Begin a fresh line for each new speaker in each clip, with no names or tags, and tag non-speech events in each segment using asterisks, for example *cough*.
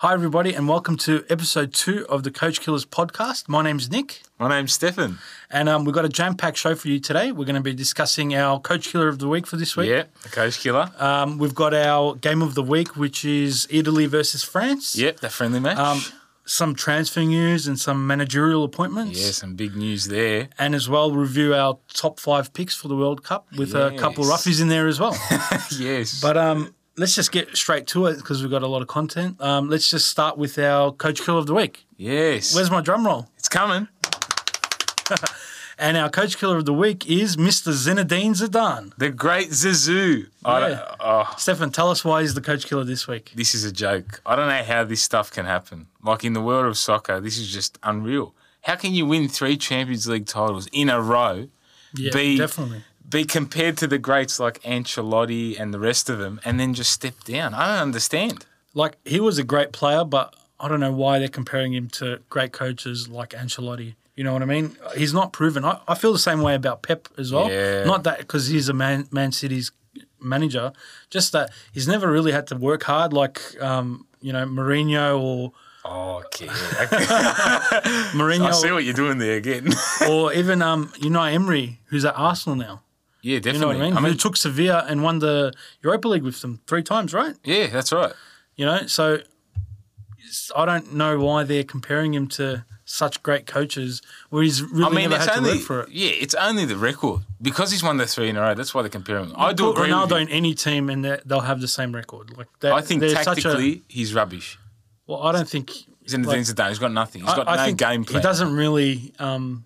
Hi, everybody, and welcome to episode two of the Coach Killers podcast. My name's Nick,
My name's Stefan.
and um, we've got a jam packed show for you today. We're going to be discussing our Coach Killer of the Week for this week.
Yeah, the Coach Killer.
Um, we've got our game of the week, which is Italy versus France.
yep, the friendly match.
Um, some transfer news and some managerial appointments.
yeah, some big news there.
And as well, review our top five picks for the World Cup with a couple of
Yes.
roughies in there as well.
*laughs*
*laughs*
yes.
But um, let's just get straight to it because we've got a lot of content. Um, let's just start with our coach killer of the week.
yes.
Where's my drum roll?
it's coming.
And our coach killer of the week is Mr. Zinedine Zidane.
The great Zizou. I don't,
Yeah.
oh,
Stefan, tell us why he's the coach killer this week.
this is a joke. I don't know how this stuff can happen. Like in the world of soccer, this is just unreal. How can you win three Champions League titles in a row?
Yeah,
Be-
definitely.
Be compared to the greats like Ancelotti and the rest of them, and then just step down. I don't understand.
Like he was a great player, but I don't know why they're comparing him to great coaches like Ancelotti. You know what I mean? He's not proven. I, I feel the same way about Pep as well.
Yeah.
Not that because he's a Man, Man City's manager, just that he's never really had to work hard like um, you know Mourinho or
Oh, *laughs* okay. I see
Mourinho
what you're doing there again.
or even um, Unai Emery, who's at Arsenal now.
yeah,
You know what
definitely.
I mean? Who took Sevilla and won the Europa League with them three times, right?
yeah, that's right.
You know, so it's- I don't know why they're comparing him to such great coaches where he's really never had to work for it.
yeah, it's only the record because he's won the three in a row. That's why they're comparing. Him. I do
Put
agree.
Ronaldo
with you.
in any team and they- they'll have the same record. Like they
I think
they're Such a,
tactically he's rubbish.
well, I don't think
Zinedine
like,
Zidane, he's got nothing. He's
I-
got
I
no
think
game plan.
He doesn't really. Um,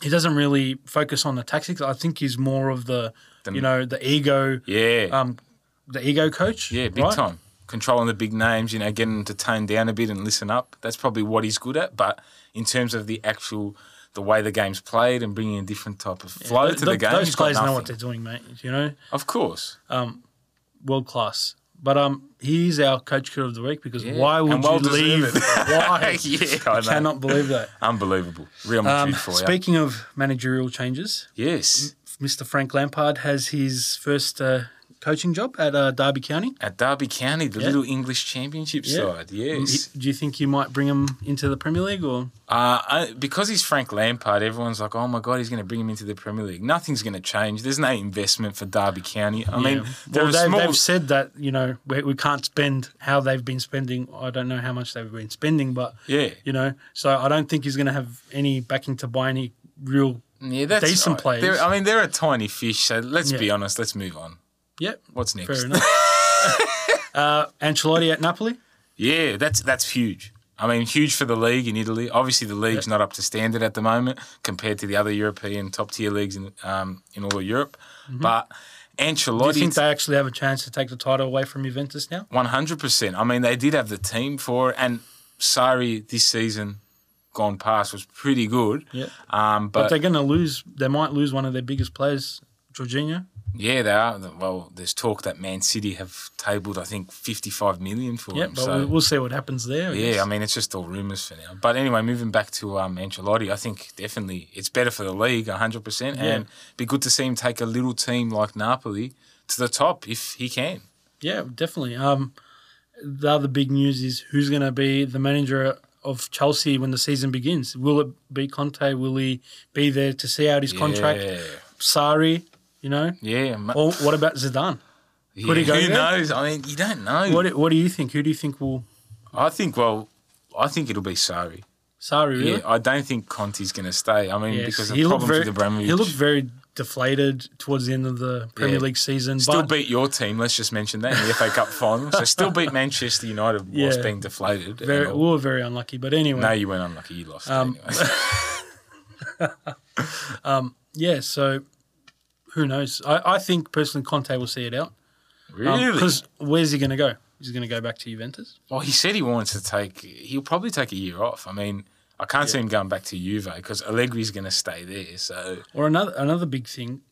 he doesn't really focus on the tactics. I think he's more of the, you know, the ego,
Yeah,
um, the ego coach.
yeah, big
right?
time. Controlling the big names, you know, getting them to tone down a bit and listen up. That's probably what he's good at. But in terms of the actual, the way the game's played and bringing a different type of flow
Th-
to the
th-
game,
Those
he's got
players know what
nothing.
they're doing, mate. You know,
Of course.
world class. But um, he's our coach killer of the week because why
And
would
well
you leave?
*laughs* deserved.
*laughs* why?
Yeah, I know.
cannot believe
*laughs*
that.
Unbelievable. Real Madrid
Um,
for you.
speaking of managerial changes,
Yes.
Mr. Frank Lampard has his first uh, coaching job at uh, Derby County.
At Derby County, the little English Championship
Yeah.
side. Yes.
He- do you think you might bring him into the Premier League or?
Uh, I, because he's Frank Lampard, everyone's like, oh my God, he's going to bring him into the Premier League. Nothing's going to change. There's no investment for Derby County. I mean,
Yeah.
they're
well,
a
they've,
small.
they've said that you know we, we can't spend how they've been spending. I don't know how much they've been spending, but
yeah.
you know, so I don't think he's going to have any backing to buy any real.
Yeah, that's
decent
right. They're-
players.
I mean, they're a tiny fish, so let's
Yeah.
be honest. Let's move on.
Yep,
What's next?
Fair enough.
*laughs*
uh, Ancelotti at Napoli.
Yeah, that's that's huge. I mean, huge for the league in Italy. Obviously, the league's not up to standard at the moment compared to the other European top tier leagues in um, in all of Europe.
Mm-hmm.
But
Do
Ancelotti,
you think they actually have a chance to take the title away from Juventus now?
One hundred percent. I mean, they did have the team for it, and Sari this season gone past was pretty good.
Yeah.
Um,
But
but,
they're going to lose. They might lose one of their biggest players, Jorginho.
yeah, they are. Well, there's talk that Man City have tabled, I think, fifty-five million for
Yeah,
him.
but
So
we'll, we'll see what happens there. I
yeah, I
guess.
mean, it's just all rumours for now. But anyway, moving back to um, Ancelotti, I think definitely it's better for the league, hundred percent, and be good to see him take a little team like Napoli to the top if he can.
yeah, definitely. Um, the other big news is who's going to be the manager of Chelsea when the season begins. Will it be Conte? Will he be there to see out his contract?
Yeah,
Sari, you know.
yeah. ma-
Or what about Zidane?
yeah.
could he go
Who
there?
knows? I mean, you don't know.
What do, what do you think? Who do you think will
I think. Well, I think it'll be Sari.
Sari? Really?
Yeah, I don't think Conte's going to stay. I mean,
Yes,
because of
he looked
problems
very,
with Abramovich.
he looked very deflated towards the end of the Premier
Yeah.
League season.
still
but
beat your team. Let's just mention that in the FA Cup final. So still
*laughs*
beat Manchester United whilst
Yeah.
being deflated. and
very, Um,
all.
we were very unlucky. But anyway,
no, you weren't unlucky. You lost.
*laughs*
anyway.
yeah. So who knows? I, I think personally, Conte will see it out.
really?
Because where's he going to go? He's going to go back to Juventus.
well, he said he wants to take. He'll probably take a year off. I mean, I can't see him going back to Juve because Allegri's going to stay there. So
Or another another big thing.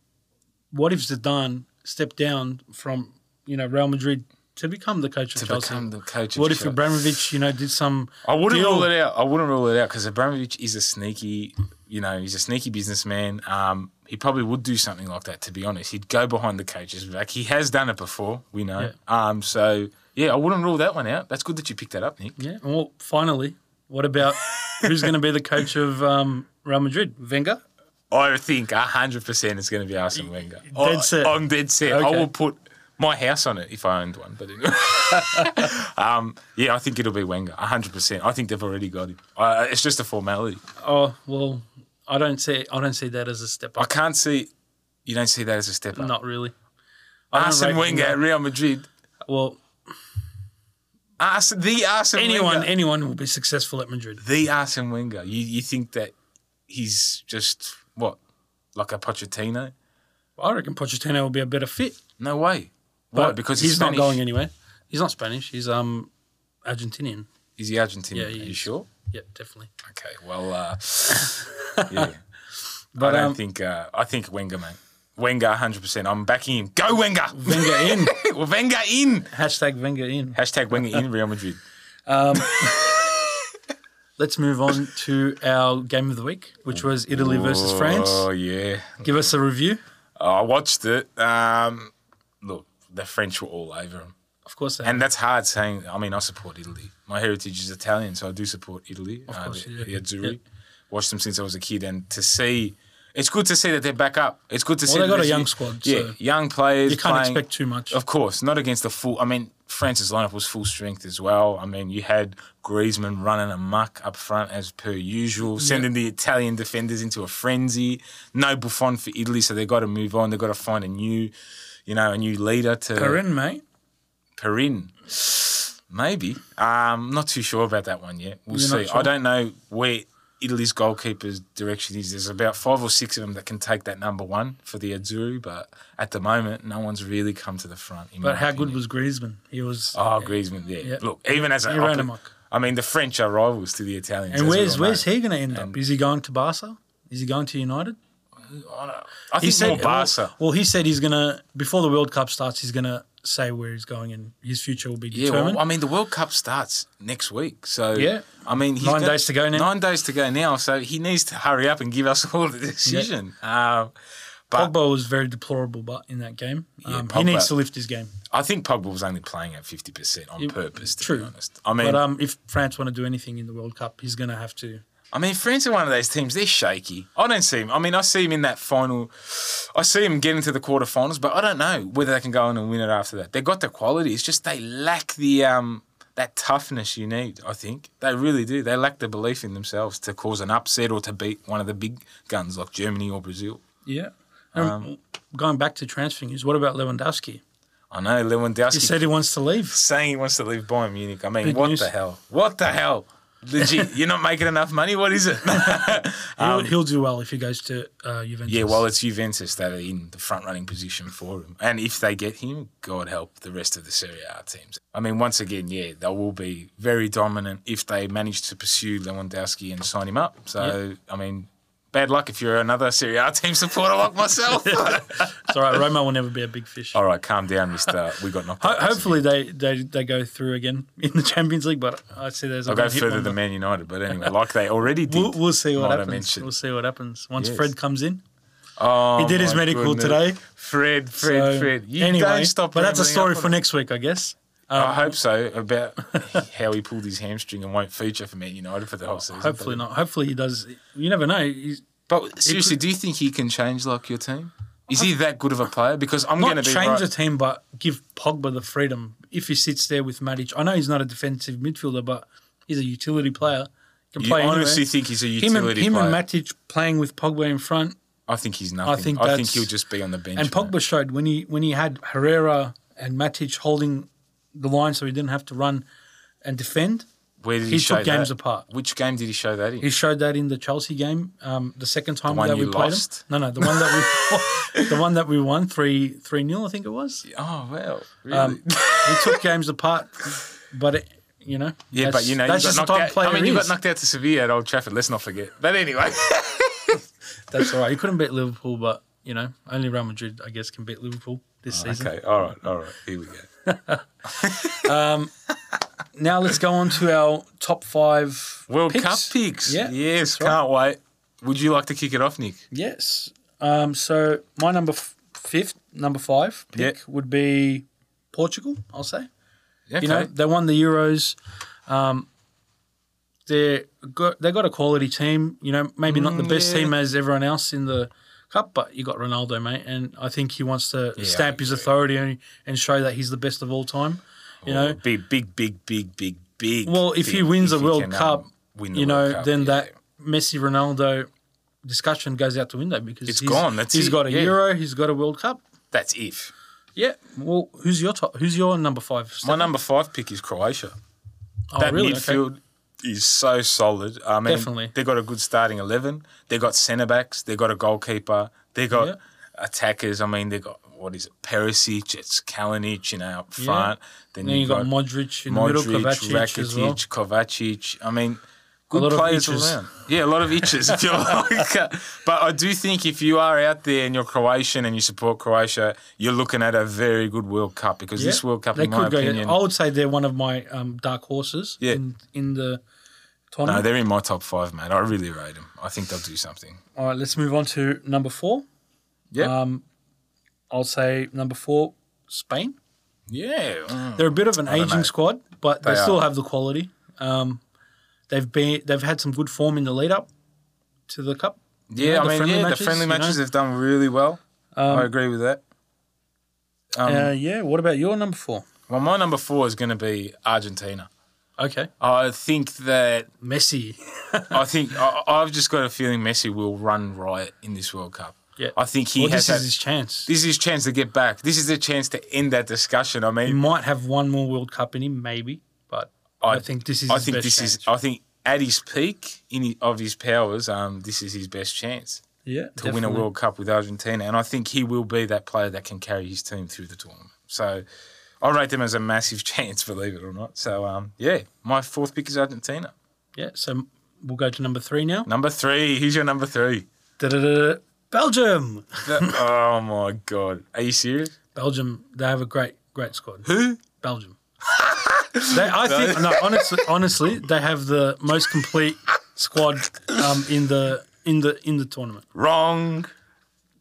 What if Zidane stepped down from you know Real Madrid to become the coach of
to
Chelsea?
become the coach.
what
of
if
Chelsea.
Abramovich, you know, did some?
I wouldn't
deal?
rule it out. I wouldn't rule it out because Abramovich is a sneaky, you know, he's a sneaky businessman. Um, he probably would do something like that. To be honest, he'd go behind the coach's back. He has done it before. We know.
Yeah.
Um. So yeah, I wouldn't rule that one out. That's good that you picked that up, Nick.
Yeah. And well, finally, what about
*laughs*
who's going to be the coach of um, Real Madrid? Wenger.
I think hundred percent it's going to be Arsene Wenger.
dead
I-
set.
I'm dead set. I
Okay.
will put my house on it if I owned one. But anyway.
*laughs*
um, yeah, I think it'll be Wenger. hundred percent. I think they've already got him. Uh, it's just a formality.
Oh well, I don't see. I don't see that as a step
I
up.
can't see. You don't see that as a step up.
Not really. I don't
Arsene
rate
Wenger at
Wenger.
Real Madrid.
Well,
Arsen, the Arsene
anyone,
Wenger.
anyone will be successful at Madrid.
the Arsene Wenger. You you think that he's just what like a Pochettino?
I reckon Pochettino will be a better fit.
No way. Why?
But
Because
he's,
Spanish.
not going anywhere. He's not Spanish. He's um Argentinian.
Is he Argentinian?
Yeah, he
Are you
is.
sure?
Yep, definitely.
Okay.
*laughs*
Well, uh, yeah.
But
I don't
um,
think. Uh, I think Wenger, mate. Wenger, hundred percent. I'm backing him. Go Wenger. *laughs*
Wenger in. *laughs*
Wenger in.
Hashtag Wenger in.
Hashtag Wenger in Real Madrid.
Let's move on to our game of the week, which was Italy versus France.
Oh yeah.
Give us a review.
I watched it. Um, look, the French were all over him.
Of course, they
And that's hard saying. I mean, I support Italy. My heritage is Italian, so I do support Italy. Of
course,
uh,
yeah.
the Azzurri.
Yeah.
Watched them since I was a kid, and to see, it's good to see that they're back up. It's good to see.
they
that
got a
there's-
young squad,
Yeah,
so
young players.
you can't
playing-
expect too much.
Of course, not against the full. I mean, France's lineup was full strength as well. I mean, you had Griezmann running amok up front as per usual, sending the Italian defenders into a frenzy. No Buffon for Italy, so they got to move on. They got to find a new, you know, a new leader to
Corinne, mate.
Perrin. Maybe. Um, not too sure about that one yet. We'll
You're not
see.
sure?
I don't know where Italy's goalkeeper's direction is. There's about five or six of them that can take that number one for the Azzurri, but at the moment, no one's really come to the front. in
But
my
how good
opinion.
was Griezmann? He was.
Oh, Griezmann, yeah. Look, even as a
He ran
oppo-
amok.
I mean, the French are rivals to the Italians. as
and
we
where's
all know.
where's he going to end up? Is he going to Barca? Is he going to United?
I don't- I think more Barca.
Well, well, he said he's going to before the World Cup starts. He's going to say where he's going, and his future will be
Yeah,
determined.
well, I mean, the World Cup starts next week, so
Yeah.
I mean, he's
Nine
got-
days to go now.
Nine days to go now, so he needs to hurry up and give us *laughs* all the decision. Um, but
Pogba was very deplorable, but in that game, um, he
Pogba.
needs to lift his game.
I think Pogba was only playing at fifty percent on purpose. To
true.
be honest, I mean,
But um, if France want to do anything in the World Cup, he's going to have to.
I mean, France are one of those teams. They're shaky. I don't see him. I mean, I see him in that final. I see him getting to the quarterfinals, but I don't know whether they can go on and win it after that. They got the quality. It's just they lack the um that toughness you need. I think they really do. They lack the belief in themselves to cause an upset or to beat one of the big guns like Germany or Brazil.
Yeah. um,
Um,
going back to transfer news, what about Lewandowski?
I know
He
Lewandowski
said he wants to leave.
saying he wants to leave Bayern Munich. I mean,
Big
what
news.
the hell? What the hell?
*laughs*
Legit, you're not making enough money. What is it?
He'll, he'll do well if he goes to uh, Juventus.
Um, Yeah, well, it's Juventus that are in the front running position for him. And if they get him, God help the rest of the Serie A teams. I mean, once again, yeah, they will be very dominant if they manage to pursue Lewandowski and sign him up. So, I mean, bad luck if you're another Serie A team supporter
*laughs*
like myself.
it's all
*laughs*
right. Roma will never be a big fish.
All right, calm down, mister. We got knocked
Ho-
out.
hopefully they, they, they go through again *laughs* in the Champions League, but I see there's.
I'll go further than Man United,
*laughs*
but anyway, like they already did.
We'll, we'll see what
might I
happens.
mention.
We'll see what happens once
Yes.
Fred comes in.
Oh,
He did his
my
medical
goodness.
today.
Fred, Fred,
So,
Fred. You
anyway,
don't stop.
But that's a
rambling
story
up on
for next week, I guess.
I hope so. About *laughs* how he pulled his hamstring and won't feature for Man United for the whole season.
Hopefully not. Hopefully he does. You never know. He's
But seriously, do you think he can change like your team? Is he that good of a player? Because I'm going
not
to be
change
right.
the team, but give Pogba the freedom if he sits there with Matic. I know he's not a defensive midfielder, but he's a utility player. Can
you
play
honestly
anywhere.
think he's a
him and
utility
him
player?
and Matic playing with Pogba in front,
I think he's nothing. I
think
think, I think
that's-
he'll just be on the bench.
and
mate.
Pogba showed when he when he had Herrera and Matic holding the line, so he didn't have to run and defend.
Where did he,
he
show
took games
that?
apart.
Which game did he show that in?
He showed that in the Chelsea game, um, the second time
one
that we
you
played
lost?
him. No, no, the one that
*laughs*
we the one that we won three three 0 I think it was.
oh well, really?
Um, he took games apart, but it, you know,
yeah, but
that's-
you know,
that's
you
just
got
the type
knocked
of
out.
player
I mean,
he
you got
is.
knocked out to Sevilla at Old Trafford. Let's not forget. But anyway, *laughs*
That's all right. He couldn't beat Liverpool, but you know, only Real Madrid, I guess, can beat Liverpool this season.
Oh, okay, all right, all right. Here we go.
Now let's go on to our top five
World
picks.
Cup picks.
Yeah,
yes,
that's right.
can't wait. Would you like to kick it off, Nick?
Yes, Um, so my number f- fifth, number five pick
Yeah.
would be Portugal. I'll say.
Okay.
You know, they won the Euros. Um, they got they got a quality team. You know, maybe not the
Mm,
best
yeah.
team as everyone else in the cup, but you got Ronaldo, mate, and I think he wants to
Yeah,
stamp
I
his
agree. Oh,
authority and, and show that he's the best of all time. You know,
big, big, big, big, big, big.
Well, if he
thing
wins
if
the
he
World
can,
Cup,
um, win the
you
World
know,
Cup,
then
yeah.
that Messi Ronaldo discussion goes out the window because
It's
he's,
gone, that's
he's
it,
got a
yeah.
Euro, he's got a World Cup.
that's if.
Yeah. Well, who's your top? Who's your number five?
My
Stefan?
number five pick is Croatia.
Oh,
that
really? Okay.
midfield is so solid. I mean,
Definitely.
they got a good starting eleven. They got centre backs. They got a goalkeeper. They got
Yeah.
attackers. I mean, they got what is it? Perisic, it's Kalinic, you know, up
Yeah.
front. Then,
And then you got Modric in the middle, Kovacic as well.
Rakitic, Kovacic. I mean, good
lot of
players
itches.
around. Yeah, a lot of itches.
*laughs*
if you like. Uh, But I do think if you are out there and you're Croatian and you support Croatia, you're looking at a very good World Cup because this
Yeah.
World Cup,
they
in
could
my
go.
opinion,
I would say they're one of my um, dark horses.
Yeah.
In, in the
no,
tournament.
they're in my top five, man. I really rate them. I think they'll do something.
All right, let's move on to number four.
Yeah.
Um, I'll say number four, Spain.
Yeah. Mm.
They're a bit of an
don't
aging
know.
squad, but they,
They
still
are.
have the quality. Um, they've been they've had some good form in the lead up to the cup.
Yeah,
know,
I
the
mean,
friendly
yeah,
matches,
the friendly
you know.
matches have done really well. I agree with that. Um,
uh, yeah. What about your number four?
well, my number four is going to be Argentina.
Okay,
I think that
Messi.
I think I, I've just got a feeling Messi will run riot in this World Cup.
Yeah.
I think he
Well,
has.
this
had-
is his chance.
this is his chance to get back. This is the chance to end that discussion. I
He
mean,
might have one more World Cup in him, maybe, but I, think this is.
I
his
think
best
this
chance.
is. I think at his peak in his, of his powers, um, this is his best chance.
yeah,
to win a World Cup with Argentina, and I think he will be that player that can carry his team through the tournament. So I rate them as a massive *laughs* chance, believe it or not. So um, yeah, my fourth pick is Argentina.
Yeah, so we'll go to number three now.
Number three, who's your number three?
Da-da-da-da. Belgium. *laughs*
The- oh my god, are you serious?
Belgium. They have a great, great squad.
Who?
Belgium. they, I think no, honestly, honestly, they have the most complete squad um, in the in the in the tournament.
Wrong.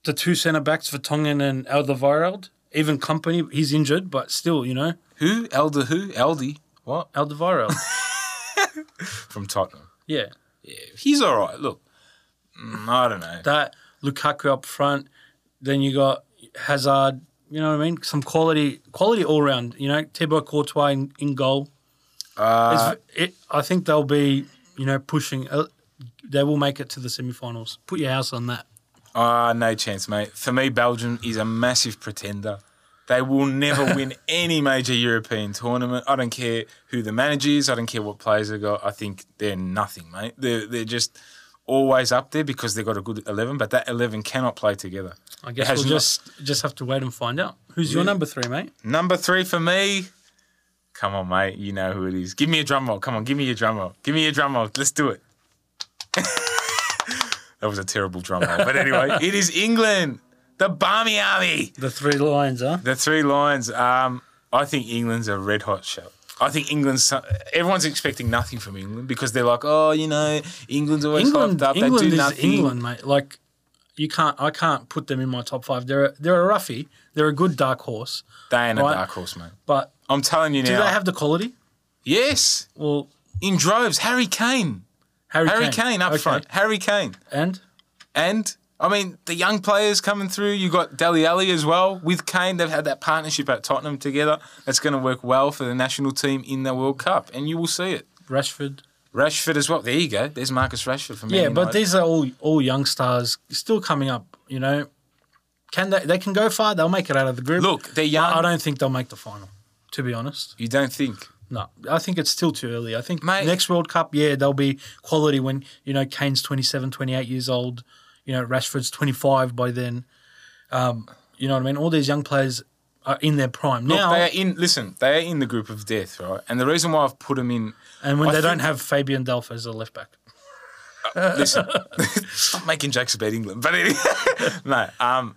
The two centre backs, Vertonghen and Alderweireld, even Company, he's injured, but still, you know,
Who? Elder who? Eldy. What?
Alderweireld. *laughs*
From Tottenham.
yeah,
Yeah, he's all right. Look, Mm, I don't know.
that Lukaku up front. Then you got Hazard. You know what I mean? Some quality, quality all round. You know, Thibaut Courtois in, in goal. It's-
Uh,
it, I think they'll be, you know, pushing. Uh, they will make it to the semi-finals. Put your house on that.
Ah, no chance, mate. For me, Belgium is a massive pretender. They will never *laughs* win any major European tournament. I don't care who the manager is. I don't care what players they got. I think they're nothing, mate. They're, they're just always up there because they've got a good 11, but that 11 cannot play together.
I guess
has
we'll
not-
just just have to wait and find out. Who's your
Yeah.
number three, mate?
Number three for me. Come on, mate. You know who it is. Give me a drum roll. Come on, give me your drum roll. Give me your drum roll. Let's do it. *laughs* that was a terrible drum roll. But anyway, it is England, the Barmy Army.
The three lions, huh?
The three lions. Um, I think England's a red hot show. I think England's. Everyone's expecting nothing from England because they're like, oh, you know, England's always
England,
hyped up. they
England
do
is
nothing.
England, mate. Like you can't, I can't put them in my top five. They're a, they're a roughie. They're a good dark horse,
They ain't
Right.
a dark horse, mate.
but
I'm telling you now.
do they have the quality?
yes,
Well,
in droves. Harry Kane.
Harry,
Harry Kane up
Okay.
front. Harry Kane.
and
And I mean, the young players coming through. You got Deli Ali as well with Kane. They've had that partnership at Tottenham together. That's going to work well for the national team in the World Cup, and you will see it.
Rashford.
Rashford as well. There you go. There's Marcus Rashford for me.
Yeah, but these are all all young stars still coming up. You know, can they? They can go far. They'll make it out of the group.
look, um, they're young.
I don't think they'll make the final. To be honest.
you don't think?
No, I think it's still too early. I think
Mate-
next World Cup, yeah, they'll be quality when, you know, Kane's 27, 28 years old. You know, Rashford's 25 by then. Um, you know what I mean? All these young players are in their prime
Look,
now.
they are in. Listen, they are in the group of death, right? And the reason why I've put them in.
and when
I
they don't
think-
have Fabian Delph as a left back. *laughs*
*laughs* Listen, stop making jokes about England. But anyway, no, um,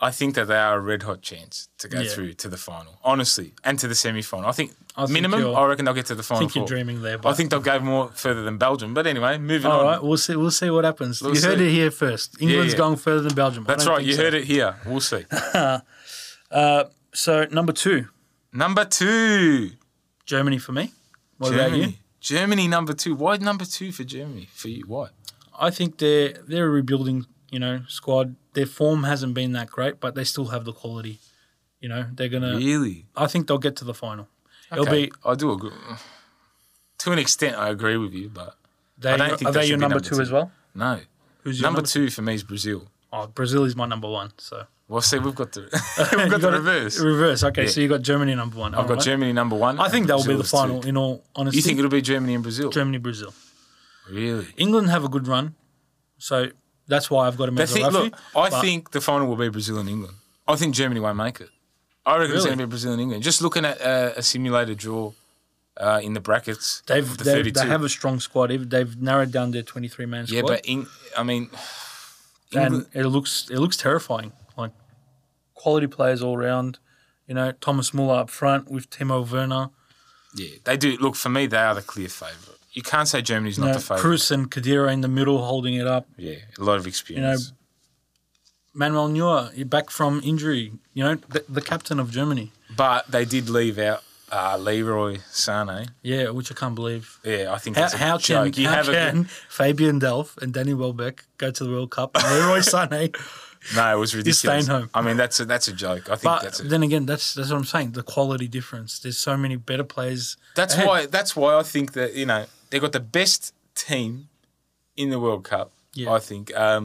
I think that they are a red hot chance to go
Yeah.
through to the final, honestly, and to the semi final. I think
I think
minimum,
you're-
I reckon they'll get to
I
the final.
think you're
four.
dreaming there. But
I think they'll go more further than Belgium. But anyway, moving
all
on.
right, we'll see. We'll see what happens.
Um, We'll
you heard
see.
it here first. England's
yeah.
going further than Belgium.
That's right. You heard it here. We'll see. *laughs*
So number two,
number two,
Germany for me. What about you?
Germany. Germany number two. Why number two for Germany? For you, why?
I think they're they're a rebuilding, you know, squad. Their form hasn't been that great, but they still have the quality. You know, they're gonna.
Really?
I think they'll get to the final. It'll
Okay,
be
I do agree. To an extent, I agree with you, but
they.
don't think
Are
they
they
should
your
be
number,
number
two,
two.
as well?
no.
Who's your
Number two for me is Brazil.
Oh, Brazil is my number one.
*laughs*
So
Well, see, we've got
*laughs*
the we've got
You
the
got it-
reverse.
Reverse. Okay, so you got Germany number one.
I've got Germany number one.
I think
and
that will be
Brazil
the
is two.
final. In all honesty,
You think it'll be Germany and Brazil?
Germany Brazil.
Really?
England have a good run, so that's why I've got them
I
as a
think,
referee.
look, I
but-
think the final will be Brazil and England. I think Germany won't make it. I reckon it's
Really?
going to be Brazil and England. Just looking at uh, a simulated draw uh, in the brackets,
They've,
of the
they've
32.
they have a strong squad. They've- They've narrowed down their twenty three man squad.
yeah, but Eng- I mean, *sighs*
and
England,
it looks it looks terrifying. Like quality players all round. You know, Thomas Muller up front with Timo Werner.
yeah, they do. Look, for me, they are the clear favourite. You can't say Germany's
You
not
know,
the favourite.
Cruz and Kadira in the middle holding it up.
Yeah, a lot of experience.
Manuel Neuer back from injury. You know, the, the captain of Germany.
but they did leave out uh, Leroy Sane.
Yeah, which I can't believe.
Yeah, I think
How,
that's a
how can,
joke. You
how
have a-
can Fabian Delph and Danny Welbeck go to the World Cup and
*laughs*
Leroy Sané?
no, it was ridiculous.
staying home.
I mean, that's a, that's a joke. I think
But
that's a,
then again, that's that's what I'm saying. The quality difference. There's so many better players.
That's
ahead.
why. That's why I think that you know they got the best team in the World Cup.
Yeah.
I think um,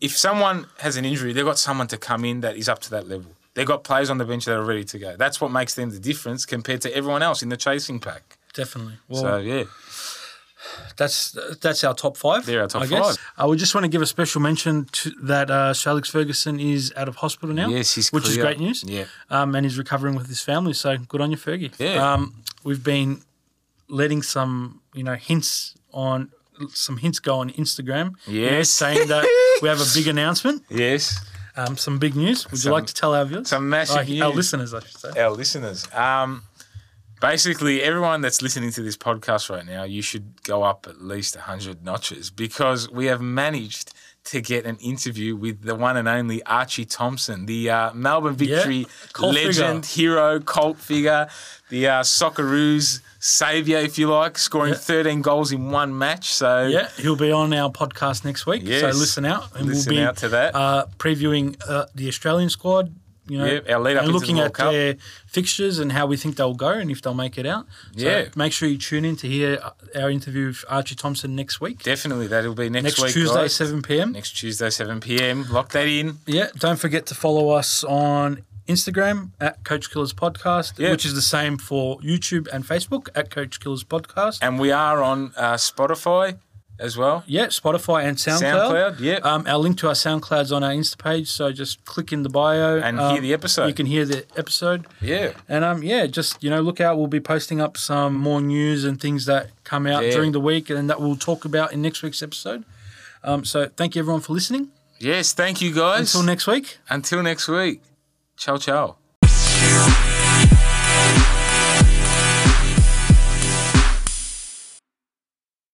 if someone has an injury, they've got someone to come in that is up to that level. They've got players on the bench that are ready to go. That's what makes them the difference compared to everyone else in the chasing pack.
Definitely. Well,
So yeah,
that's that's our top five.
They're our top
I guess.
five.
I would just want to give a special mention to that uh, Sir Alex Ferguson is out of hospital now.
Yes, he's
which is
clear.
great news.
Yeah.
um, and he's recovering with his family. So good on you, Fergie.
Yeah.
um, we've been letting some you know hints on some hints go on Instagram. you know,
Yes.
saying
*laughs*
that we have a big announcement,
yes,
um, some big news. Would
Some-
you like to tell our viewers?
some massive
Like, our
news.
listeners, I should say.
our listeners. Um, basically, everyone that's listening to this podcast right now, you should go up at least 100 notches because we have managed to get an interview with the one and only Archie Thompson, the uh, Melbourne Victory
cult
legend, hero, cult figure, the uh, Socceroos saviour, if you like, scoring
Yeah.
13 goals in one match. So,
Yeah, he'll be on our podcast next week. So
Yes.
listen out, and
Listen
we'll be
out to that.
Uh, previewing uh, the Australian squad. You know,
Yep, our lead up
and
into the
looking
World
at
Cup.
their fixtures and how we think they'll go and if they'll make it out. So
Yeah.
make sure you tune in to hear uh, our interview with Archie Thompson next week,
definitely that'll be next,
next
week.
Tuesday,
guys.
seven pm.
Next Tuesday, 7 p.m. Lock that in.
Yeah, don't forget to follow us on Instagram at Coach Killers Podcast,
Yeah.
which is the same for YouTube and Facebook at Coach Killers Podcast.
And we are on uh, Spotify as well.
Yeah, Spotify and SoundCloud.
SoundCloud, yep.
Um, our link to our SoundCloud's on our Insta page, so just click in the bio
And
um,
hear the episode.
You can hear the episode.
Yeah.
And um, yeah, just you know, look out. We'll be posting up some more news and things that come out
Yeah.
during the week, and that we'll talk about in next week's episode. Um, so thank you everyone for listening.
Yes, thank you guys.
Until next week.
Until next week. Ciao, ciao.